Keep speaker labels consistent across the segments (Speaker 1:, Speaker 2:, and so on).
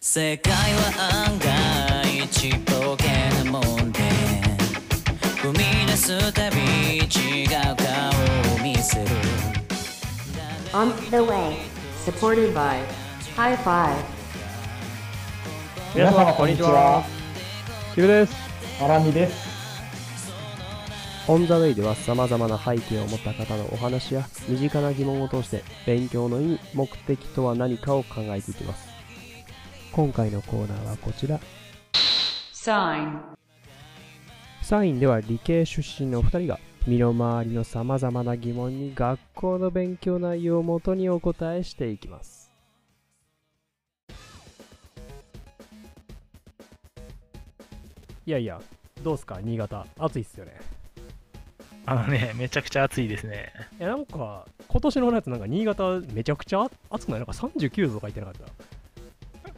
Speaker 1: 世界は案外ちっぽけなもんで踏み出すたび違う顔を見せる
Speaker 2: On the way, supported by High Five.
Speaker 3: 皆様こんにちは。
Speaker 4: キムです。
Speaker 3: アラミです。
Speaker 5: オン・ザ・ウェイでは様々な背景を持った方のお話や身近な疑問を通して勉強の意味、目的とは何かを考えていきます。今回のコーナーはこちら。
Speaker 2: Sign.
Speaker 5: サインでは理系出身のお二人が身の回りの様々な疑問に学校の勉強内容をもとにお答えしていきます。いやいや、どうすか新潟。暑いっすよね。
Speaker 4: あのね、めちゃくちゃ暑いですね。
Speaker 5: いやなんか今年の夏なんか新潟めちゃくちゃ暑くないなんか39度とか言ってなかっ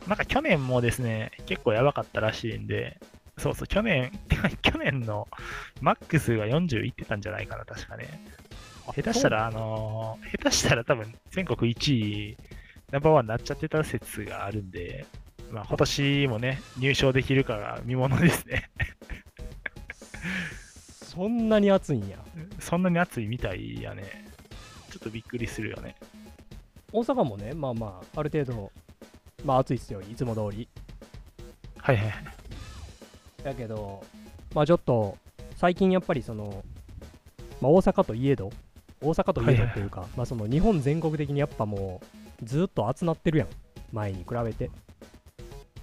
Speaker 5: た
Speaker 4: なんか去年もですね、結構やばかったらしいんで、そうそう、去年、 てか去年のマックスが40いってたんじゃないかな、確かね。
Speaker 5: あ
Speaker 4: 下手したら、あのー下手したら多分全国1位、ナンバーワンになっちゃってた説があるんで、まあ今年もね、入賞できるかが見ものですね。
Speaker 5: そんなに暑いんや
Speaker 4: そんなに暑いみたいやね。ちょっとびっくりするよね。
Speaker 5: 大阪もねまあまあある程度まあ暑いっすよいつも通り
Speaker 4: はいはいはい。
Speaker 5: だけどまあちょっと最近やっぱりその、まあ、大阪といえど大阪といえどっていうか、まあその日本全国的にやっぱもうずっと暑なってるやん前に比べて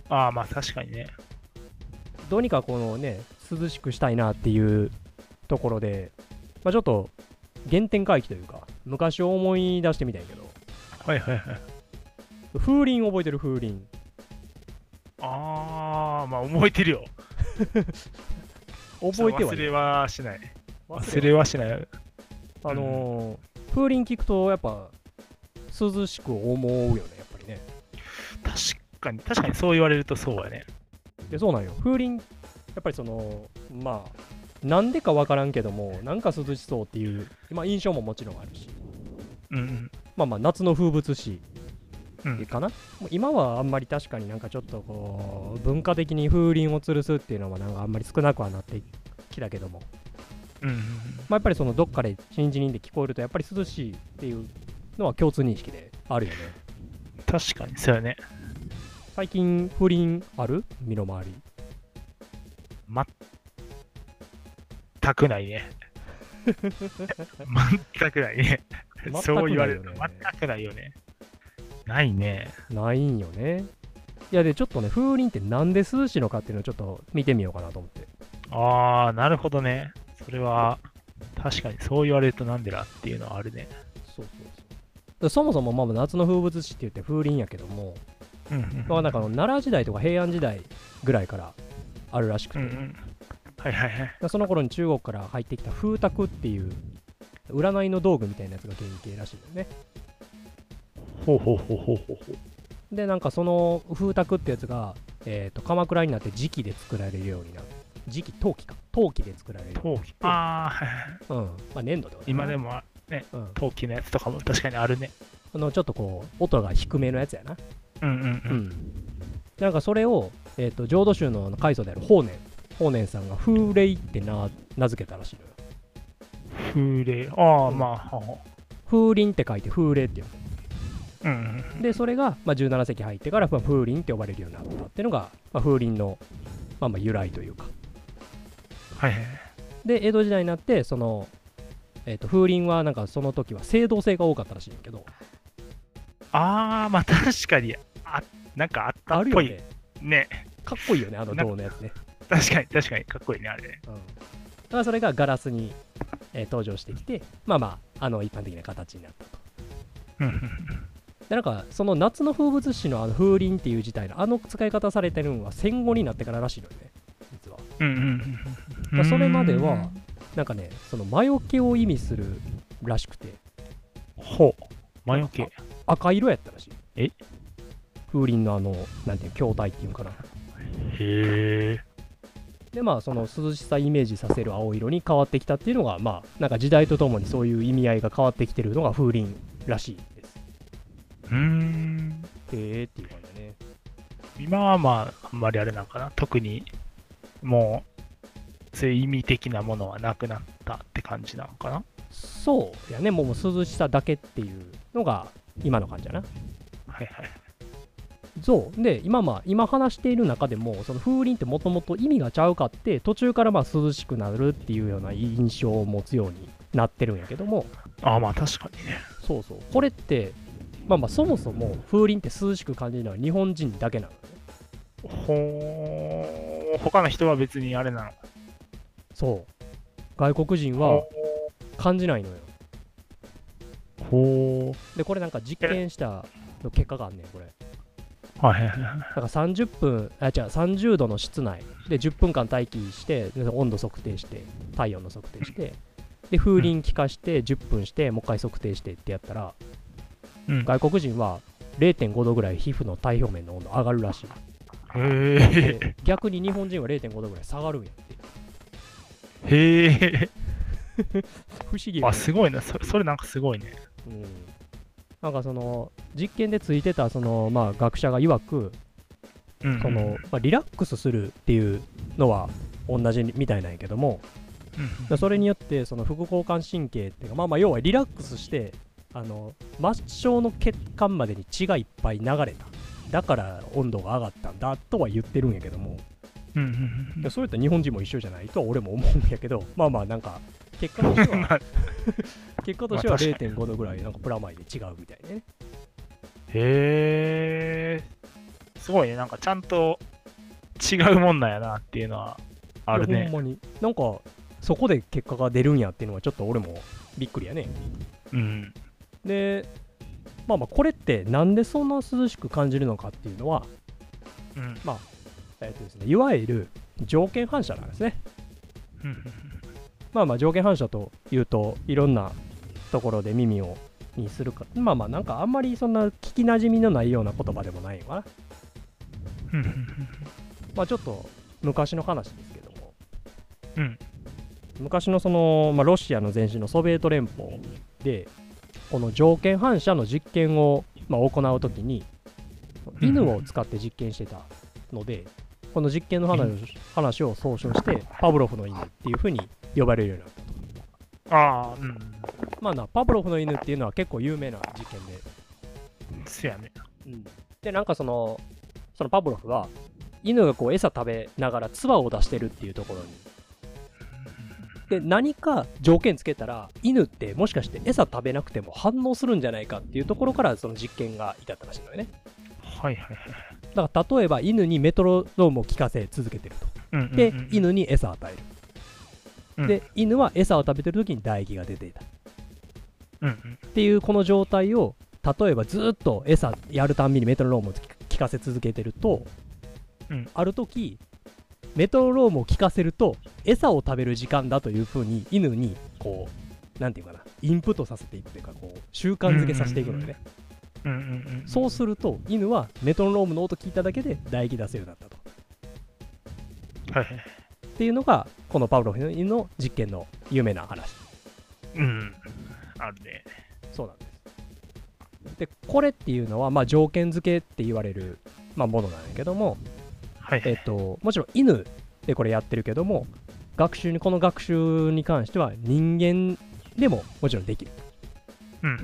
Speaker 4: ああ、まあ確かにね。
Speaker 5: どうにかこのね、涼しくしたいなっていうところで、まあ、ちょっと原点回帰というか、昔を思い出してみたんやけど、
Speaker 4: はいはいはい。
Speaker 5: 風鈴覚えてる風鈴。
Speaker 4: ああ、まあ覚えてるよ。
Speaker 5: 覚えてはい
Speaker 4: 忘
Speaker 5: る。
Speaker 4: れはしない。
Speaker 5: 忘
Speaker 4: 忘
Speaker 5: れ
Speaker 4: れはしない。
Speaker 5: あのー、風鈴聞くとやっぱ涼しく思うよね、やっぱりね。
Speaker 4: 確かに、確かにそう言われるとそうやね。
Speaker 5: で、そうなんよ。風鈴、やっぱりその、まあ、なんでかわからんけども、なんか涼しそうっていう、まあ印象ももちろんあるし、
Speaker 4: うん
Speaker 5: まあまあ夏の風物詩
Speaker 4: うん。うん、
Speaker 5: かな、もう今はあんまり確かになんかちょっとこう文化的に風鈴を吊るすっていうのはなんかあんまり少なくはなってきたけども、
Speaker 4: うんうん。
Speaker 5: まあ、やっぱりそのどっかで新人で聞こえるとやっぱり涼しいっていうのは共通認識であるよね
Speaker 4: 確かに、そうやね。
Speaker 5: 最近風鈴ある身の回り
Speaker 4: たくないね。全くないね。そう言われると
Speaker 5: 全くないよね
Speaker 4: 全くないよね。ないね。
Speaker 5: ないんよねいやでちょっとね風鈴ってなんで涼しいのかっていうのをちょっと見てみようかなと思って
Speaker 4: ああ、なるほどね。それは、確かにそう言われるとなんでだっていうのはあるね。
Speaker 5: そうそうそうそもそもまあ夏の風物詩って言って風鈴やけども、
Speaker 4: うんうん。
Speaker 5: まあ、なんかあの奈良時代とか平安時代ぐらいからあるらしく
Speaker 4: う
Speaker 5: て、
Speaker 4: んうん。はいはいはい。
Speaker 5: でその頃に中国から入ってきた風卓っていう占いの道具みたいなやつが原型らしいんだよね
Speaker 4: ほうほうほうほうほうほう。
Speaker 5: でなんかその風卓ってやつが、えー、と鎌倉になって磁器で作られるようになる磁器陶器か陶器で作られる、
Speaker 4: 陶器。ああ、はいはい
Speaker 5: うんまあ、粘土ってことかな
Speaker 4: 今で、も、ね、
Speaker 5: うん、
Speaker 4: 陶器のやつとかも確かにあるね。
Speaker 5: あのちょっとこう音が低めのやつやな
Speaker 4: うんうんうん。
Speaker 5: なんかそれを、えー、と浄土宗の開祖である法然法然さんが風鈴ってな名付けたらしいのよ
Speaker 4: 風鈴。ああ、
Speaker 5: うん
Speaker 4: まあ、はは
Speaker 5: 風鈴って書いて風鈴っていう
Speaker 4: うんうん。
Speaker 5: でそれが、まあ、17世紀入ってから、まあ、風鈴って呼ばれるようになったっていうのが、まあ、風鈴の、まあ、まあ由来というか
Speaker 4: はいはい。
Speaker 5: で江戸時代になってその、えー、と風鈴はなんかその時は青銅製が多かったらしいんだけど
Speaker 4: ああ、まあ 確かに、あ、なんかあった
Speaker 5: あ
Speaker 4: っ
Speaker 5: る
Speaker 4: ぽ
Speaker 5: よ
Speaker 4: い。
Speaker 5: ね
Speaker 4: ね。
Speaker 5: かっこいいよねあの銅のやつね、
Speaker 4: 確かに、確かに、かっこいいね、あれね。
Speaker 5: うん、だからそれがガラスに、えー登場してきてまあまああの一般的な形になったと
Speaker 4: うんうん
Speaker 5: でなんかその夏の風物詩のあの風鈴っていう自体のあの使い方されてるのは戦後になってかららしいのよね実は
Speaker 4: うんうんうんう
Speaker 5: まあ
Speaker 4: ん。
Speaker 5: それまでは、なんかね、その魔除けを意味するらしくて、
Speaker 4: ほう。魔除け。
Speaker 5: 赤色やったらしい。
Speaker 4: え
Speaker 5: 風鈴のあの、なんていうの、筐体っていうのかな。
Speaker 4: へえ。
Speaker 5: で、まあ、その涼しさイメージさせる青色に変わってきたっていうのが、まあ、なんか時代とともにそういう意味合いが変わってきてるのが風鈴らしいです。
Speaker 4: うーん。
Speaker 5: へえっていう感じだね。
Speaker 4: 今はまあ、あんまりあれなんかな。特に、もう、そういう意味的なものはなくなったって感じなのかな。
Speaker 5: そうやねもう涼しさだけっていうのが今の感じやな
Speaker 4: はいはい。
Speaker 5: そうで今まあ今話している中でもその風鈴ってもともと意味がちゃうかって途中からまあ涼しくなるっていうような印象を持つようになってるんやけども
Speaker 4: ああ、まあ確かにね。
Speaker 5: そうそうこれってまあまあそもそも風鈴って涼しく感じるのは日本人だけなのね
Speaker 4: ほー、他の人は別にあれなのか。
Speaker 5: そう外国人は感じないのよ
Speaker 4: ほ
Speaker 5: でこれなんか実験したの結果があんねんこれ
Speaker 4: ー。はいはいはい。
Speaker 5: だから30分あ違う30度の室内で10分間待機してで温度測定して体温の測定してで風鈴気化して10分してもう一回測定してってやったら
Speaker 4: うん。
Speaker 5: 外国人は0.5度ぐらい皮膚の体表面の温度上がるらしい
Speaker 4: へ
Speaker 5: で逆に日本人は0.5度ぐらい下がるんやって
Speaker 4: え。へ
Speaker 5: 不思議
Speaker 4: え。
Speaker 5: よ
Speaker 4: あ、
Speaker 5: ね
Speaker 4: すごいな。それ、それなんかすごいね。
Speaker 5: うん、なんかその実験でついてたその、まあ、学者が曰く
Speaker 4: うん。
Speaker 5: その、まあ、リラックスするっていうのは同じみたいなんやけども
Speaker 4: うん
Speaker 5: でそれによってその副交感神経っていうかまあまあ要はリラックスしてあの末梢の血管までに血がいっぱい流れただから温度が上がったんだとは言ってるんやけども
Speaker 4: うんうん
Speaker 5: いやそういった日本人も一緒じゃないとは俺も思うんやけどまあまあなんか結果として
Speaker 4: うん。
Speaker 5: は
Speaker 4: まあ
Speaker 5: 結果としては
Speaker 4: まあ確か
Speaker 5: 0.5度ぐらいなんかプラマイで違うみたいね
Speaker 4: へえ。すごいね。なんかちゃんと違うもんなんやなっていうのはある
Speaker 5: いや
Speaker 4: ね。
Speaker 5: ほんまになんかそこで結果が出るんやっていうのはちょっと俺もびっくりやね
Speaker 4: うん。
Speaker 5: でまあまあこれってなんでそんな涼しく感じるのかっていうのは
Speaker 4: うん。
Speaker 5: えっとですね、いわゆる条件反射なんですね。
Speaker 4: うん
Speaker 5: まあまあ条件反射というといろんなところで耳をにするかまあまあなんかあんまりそんな聞きなじみのないような言葉でもないのかな。
Speaker 4: うん
Speaker 5: まあちょっと昔の話ですけども、
Speaker 4: うん
Speaker 5: 昔のその、まあ、ロシアの前身のソビエト連邦でこの条件反射の実験を、まあ、行うときに
Speaker 4: うん
Speaker 5: 犬を使って実験してたので、この実験の話を話を総称してパブロフの犬っていうふうに呼ばれるようになったと
Speaker 4: ああ、うん。
Speaker 5: まあなパブロフの犬っていうのは結構有名な実験で
Speaker 4: そやね。
Speaker 5: でなんかそのそのパブロフは犬がこう餌食べながら唾を出してるっていうところにで何か条件つけたら犬ってもしかして餌食べなくても反応するんじゃないかっていうところからその実験が至ったらしいのよね
Speaker 4: はいはいはい。
Speaker 5: だから例えば犬にメトロノームを聞かせ続けてると
Speaker 4: うんうんうん
Speaker 5: で、、犬に餌を与える、
Speaker 4: うん
Speaker 5: で犬は餌を食べてる時に唾液が出ていた
Speaker 4: うんうん
Speaker 5: っていうこの状態を例えばずっと餌やるたんびにメトロノームを聞かせ続けてると、
Speaker 4: うん
Speaker 5: ある時メトロノームを聞かせると餌を食べる時間だというふうに犬にこうなんていうかなインプットさせていくというかこう習慣づけさせていくのよね、
Speaker 4: うんうんうん。
Speaker 5: そうすると犬はメトロノームの音聞いただけで唾液出せるようになったと
Speaker 4: はいはい。
Speaker 5: っていうのがこのパウロフの犬の実験の有名な話
Speaker 4: うん。あるね。
Speaker 5: そうなんですでこれっていうのは、まあ、条件付けって言われる、まあ、ものなんやけども、
Speaker 4: はいは
Speaker 5: え
Speaker 4: い。
Speaker 5: っと、もちろん犬でこれやってるけども学習にこの学習に関しては人間でももちろんできる
Speaker 4: うん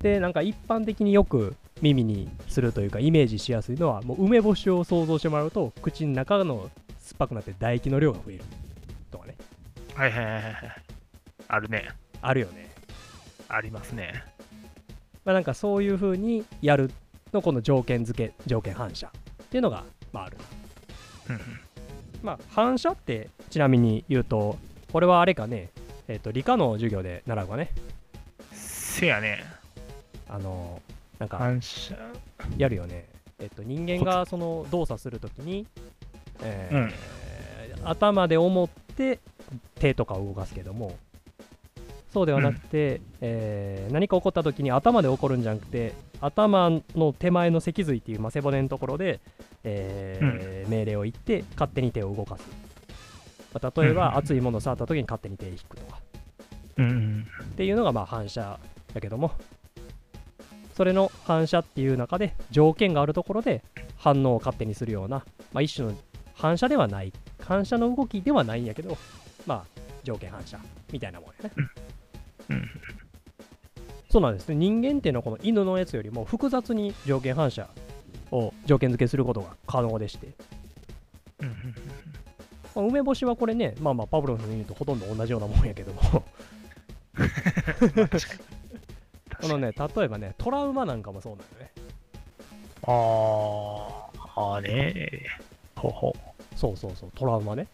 Speaker 5: でなんか一般的によく耳にするというかイメージしやすいのはもう梅干しを想像してもらうと口の中の酸っぱくなって唾液の量が増えるとかね
Speaker 4: はいはいはいはい。あるね。
Speaker 5: あるよね、
Speaker 4: ありますね。
Speaker 5: まあ、なんかそういう風にやるのこの条件付け条件反射っていうのが、まあ、ある
Speaker 4: うんうん
Speaker 5: まあ、反射ってちなみに言うとこれはあれかねえっ、と理科の授業で習うかね
Speaker 4: せやね。
Speaker 5: あのなんか
Speaker 4: 反射。
Speaker 5: やるよねえっ、と人間がその動作するときに、えー頭で思って手とかを動かすけどもそうではなくて、えー何か起こったときに頭で起こるんじゃなくて頭の手前の脊髄っていうまあ背骨のところで、えー命令を言って勝手に手を動かす、まあ、例え
Speaker 4: うん
Speaker 5: ば熱いものを触ったときに勝手に手を引くとか
Speaker 4: うんうん。
Speaker 5: っていうのがまあ反射だけどもそれの反射っていう中で条件があるところで反応を勝手にするような、まあ、一種の反射ではない反射の動きではないんやけどまあ条件反射みたいなもんやね
Speaker 4: うん
Speaker 5: そうなんですね人間っていうのはこの犬のやつよりも複雑に条件反射を条件付けすることが可能でして、
Speaker 4: うんうん
Speaker 5: まあ梅干しはこれねまあまあパブロフの犬とほとんど同じようなもんやけども
Speaker 4: まあ確かに。
Speaker 5: こ
Speaker 4: 確か
Speaker 5: の
Speaker 4: に
Speaker 5: ね例えばねトラウマなんかもそうなんだよね
Speaker 4: あーあーねほうほう。
Speaker 5: そうそうそうトラウマね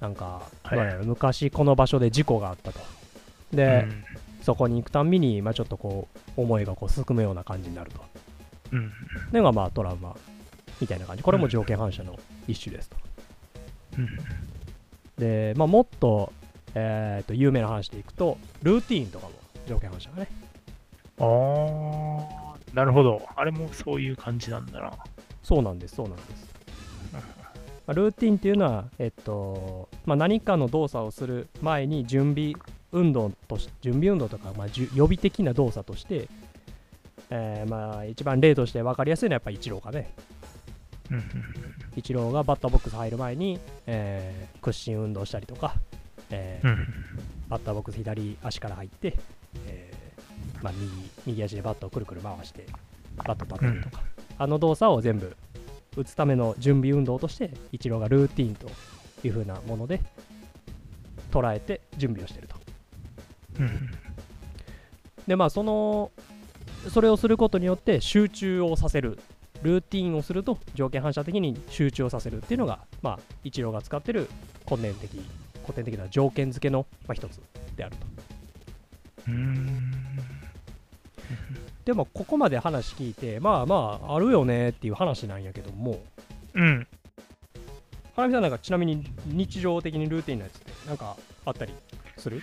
Speaker 5: なんか、
Speaker 4: はい
Speaker 5: どうやら昔この場所で事故があったとで、
Speaker 4: うん
Speaker 5: そこに行くたんびに、まあ、ちょっとこう思いがこうすくむような感じになると
Speaker 4: うん
Speaker 5: でがまあトラウマみたいな感じこれも条件反射の一種ですと
Speaker 4: うん
Speaker 5: で、まあ、もっと,、えーと有名な話でいくとルーティーンとかも条件反射がね
Speaker 4: ああ、なるほど。あれもそういう感じなんだな。
Speaker 5: そうなんですそうなんです、まあルーティーンっていうのは、えっとまあ、何かの動作をする前に準備運動とし準備運動とか、まあ、じゅ予備的な動作として、えーまあ、一番例として分かりやすいのはやっぱイチローかね
Speaker 4: うん
Speaker 5: イチローがバッターボックス入る前に、えー屈伸運動したりとか、えー
Speaker 4: うんうん
Speaker 5: バッターボックス左足から入って、えーまあ、右右足でバットをくるくる回してバット立てるとか、あの動作を全部打つための準備運動としてイチローがルーティンというふうなもので捉えて準備をしてると
Speaker 4: うん
Speaker 5: でまあそのそれをすることによって集中をさせるルーティンをすると条件反射的に集中をさせるっていうのがまあイチローが使ってる古典的古典的な条件付けの、まあ、一つであると
Speaker 4: うんうん
Speaker 5: でもここまで話聞いてまあまああるよねっていう話なんやけども
Speaker 4: うん
Speaker 5: 花見さんなんかちなみに日常的にルーティンのやつってなんかあったりする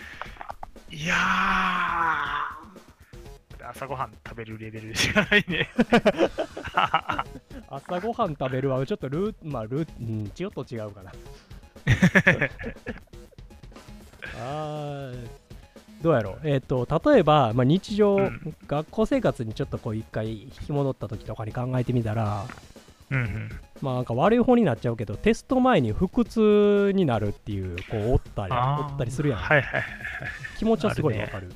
Speaker 4: いやー朝ごはん食べるレベルしかないね。
Speaker 5: 朝ごはん食べるはちょっとルーまあルーうんちょっと違う かなあーどうやろうえっ、と例えば、まあ、日常、
Speaker 4: うん
Speaker 5: 学校生活にちょっとこう一回引き戻った時とかに考えてみたら
Speaker 4: うんうん、
Speaker 5: まあなんか悪い方になっちゃうけどテスト前に腹痛になるっていうこうおったり
Speaker 4: あー
Speaker 5: おったりするやん、
Speaker 4: はいはい
Speaker 5: 気持ちはすごい
Speaker 4: ある
Speaker 5: わ
Speaker 4: ね
Speaker 5: かる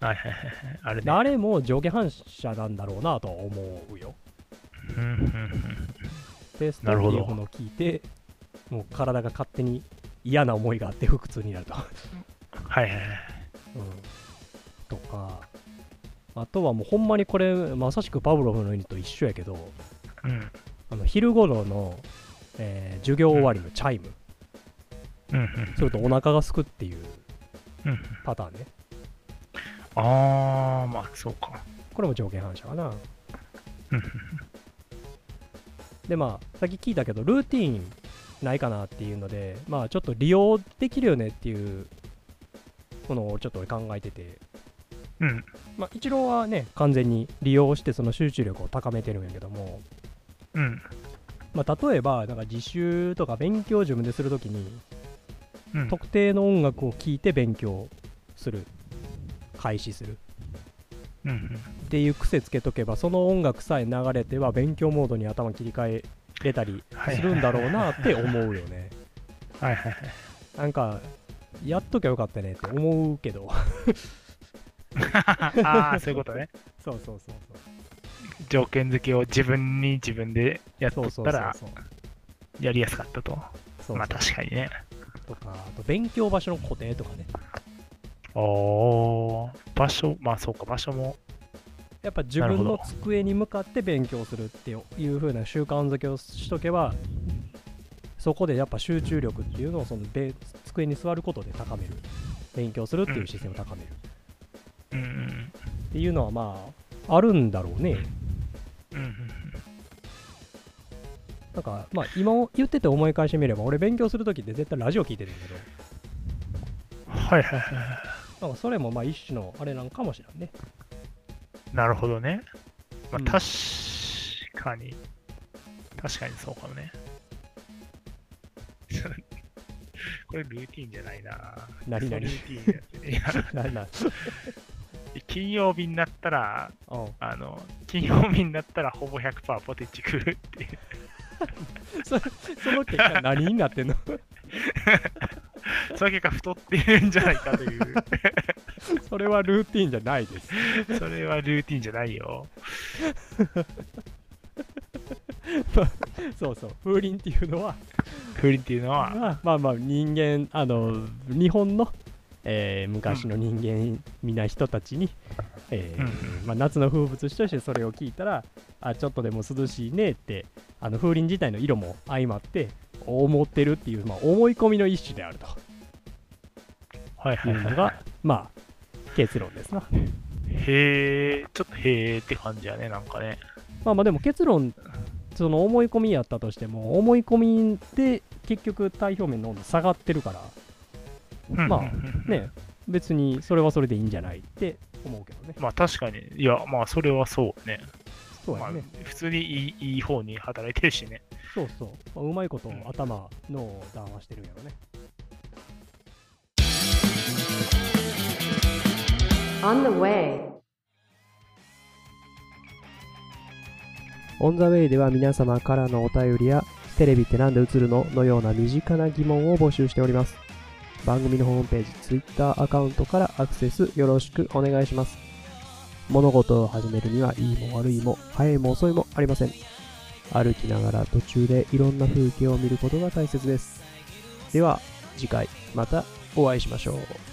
Speaker 4: はいはいはいはい。あれ
Speaker 5: で
Speaker 4: ね。
Speaker 5: あれも上下反射なんだろうなとは思うよ
Speaker 4: うんうんうん
Speaker 5: テスト
Speaker 4: なる
Speaker 5: って
Speaker 4: ほ
Speaker 5: い
Speaker 4: ど
Speaker 5: うものを聞いてもう体が勝手に嫌な思いがあって腹痛にな ると、
Speaker 4: はいはいはい。
Speaker 5: うん、とかあとはもうほんまにこれまさしくパブロフの犬と一緒やけど
Speaker 4: うん
Speaker 5: あの昼頃の、えー授業終わりのチャイム、
Speaker 4: うん
Speaker 5: それとお腹がすくっていう
Speaker 4: うんうん
Speaker 5: パターンね
Speaker 4: ああ、まあそうか。
Speaker 5: これも条件反射かな
Speaker 4: うん
Speaker 5: でまあさっき聞いたけどルーティーンないかなっていうのでまあちょっと利用できるよねっていうものをちょっと俺考えてて
Speaker 4: うん
Speaker 5: まあ一郎はね完全に利用してその集中力を高めてるんやけども、
Speaker 4: うん
Speaker 5: まあ、例えばなんか自習とか勉強を自分でするときに
Speaker 4: うん
Speaker 5: 特定の音楽を聴いて勉強する開始する
Speaker 4: うんうん
Speaker 5: っていう癖つけとけばその音楽さえ流れては勉強モードに頭切り替えれたり
Speaker 4: はい
Speaker 5: するんだろうなって思うよ ね
Speaker 4: はいはいはい。
Speaker 5: なんかやっときゃよかったねって思うけど
Speaker 4: あ あ、そういうことね。
Speaker 5: そうそうそうそう
Speaker 4: 条件付けを自分に自分でやっと
Speaker 5: そう
Speaker 4: った
Speaker 5: そうそう
Speaker 4: ら
Speaker 5: そう
Speaker 4: やりやすかったと。
Speaker 5: そう
Speaker 4: まあ確かにね。
Speaker 5: とかあと勉強場所の固定とかね
Speaker 4: おー場所、まあそうか、場所も。
Speaker 5: やっぱ自
Speaker 4: なる
Speaker 5: 分
Speaker 4: ほ
Speaker 5: の
Speaker 4: ど
Speaker 5: 机に向かって勉強するっていう風な習慣づけをしとけばそこでやっぱ集中力っていうのをそのべ机に座ることで高める勉強するっていう姿勢を高める
Speaker 4: うんうん
Speaker 5: っていうのはまああるんだろうね
Speaker 4: うんうん
Speaker 5: なんかまあ今を言ってて思い返してみれば俺勉強する時って絶対ラジオ聞いてるんだけど
Speaker 4: うん。はいはいは
Speaker 5: なんかそれもまあ一種のあれなんかもしれんね
Speaker 4: い。なるほどね。ま
Speaker 5: うん
Speaker 4: あ確かに、確かにそうかもね。 これルーティンじゃないな。
Speaker 5: 何
Speaker 4: そ
Speaker 5: 々
Speaker 4: うルーティンやってね
Speaker 5: なな
Speaker 4: いや金曜日になったら、
Speaker 5: うん
Speaker 4: あの、金曜日になったらほぼ100%ポテチ食うっていう。
Speaker 5: そその結果何になってんの
Speaker 4: その結果太っているんじゃないかと いう。
Speaker 5: それはルーティンじゃないです
Speaker 4: それはルーティンじゃないよ。
Speaker 5: そうそう風鈴っていうのは
Speaker 4: 風鈴っていうのは、
Speaker 5: まあまあまあ人間あの日本の、えー昔の人間みな人たちに、えー
Speaker 4: う
Speaker 5: まあ、夏の風物詩としてそれを聞いたらあちょっとでも涼しいねってあの風鈴自体の色も相まって思ってるっていう、まあ、思い込みの一種であると
Speaker 4: はいはいいうはい
Speaker 5: の
Speaker 4: は
Speaker 5: がまあ結論ですな。
Speaker 4: い。へえ、ちょっとへえって感じやね、なんかね。
Speaker 5: まあまあでも結論その思い込みやったとしても思い込みで結局体表面の温度下がってるからまあ
Speaker 4: うんうんうん
Speaker 5: ね別にそれはそれでいいんじゃないって思うけどね
Speaker 4: まあ確かに、いや、まあそれはそうね。
Speaker 5: そう
Speaker 4: ま
Speaker 5: や
Speaker 4: あ
Speaker 5: ね、
Speaker 4: 普通にいいいい方に働いてるしね。
Speaker 5: そうそう、まあうまいこと頭脳を談話してるんやろね
Speaker 2: On the way.
Speaker 5: オン・ザ・ウェイでは皆様からのお便りや「テレビってなんで映るの?」のような身近な疑問を募集しております番組のホームページ Twitter アカウントからアクセスよろしくお願いします物事を始めるにはいいも悪いも早いも遅いもありません歩きながら途中でいろんな風景を見ることが大切ですでは次回またお会いしましょう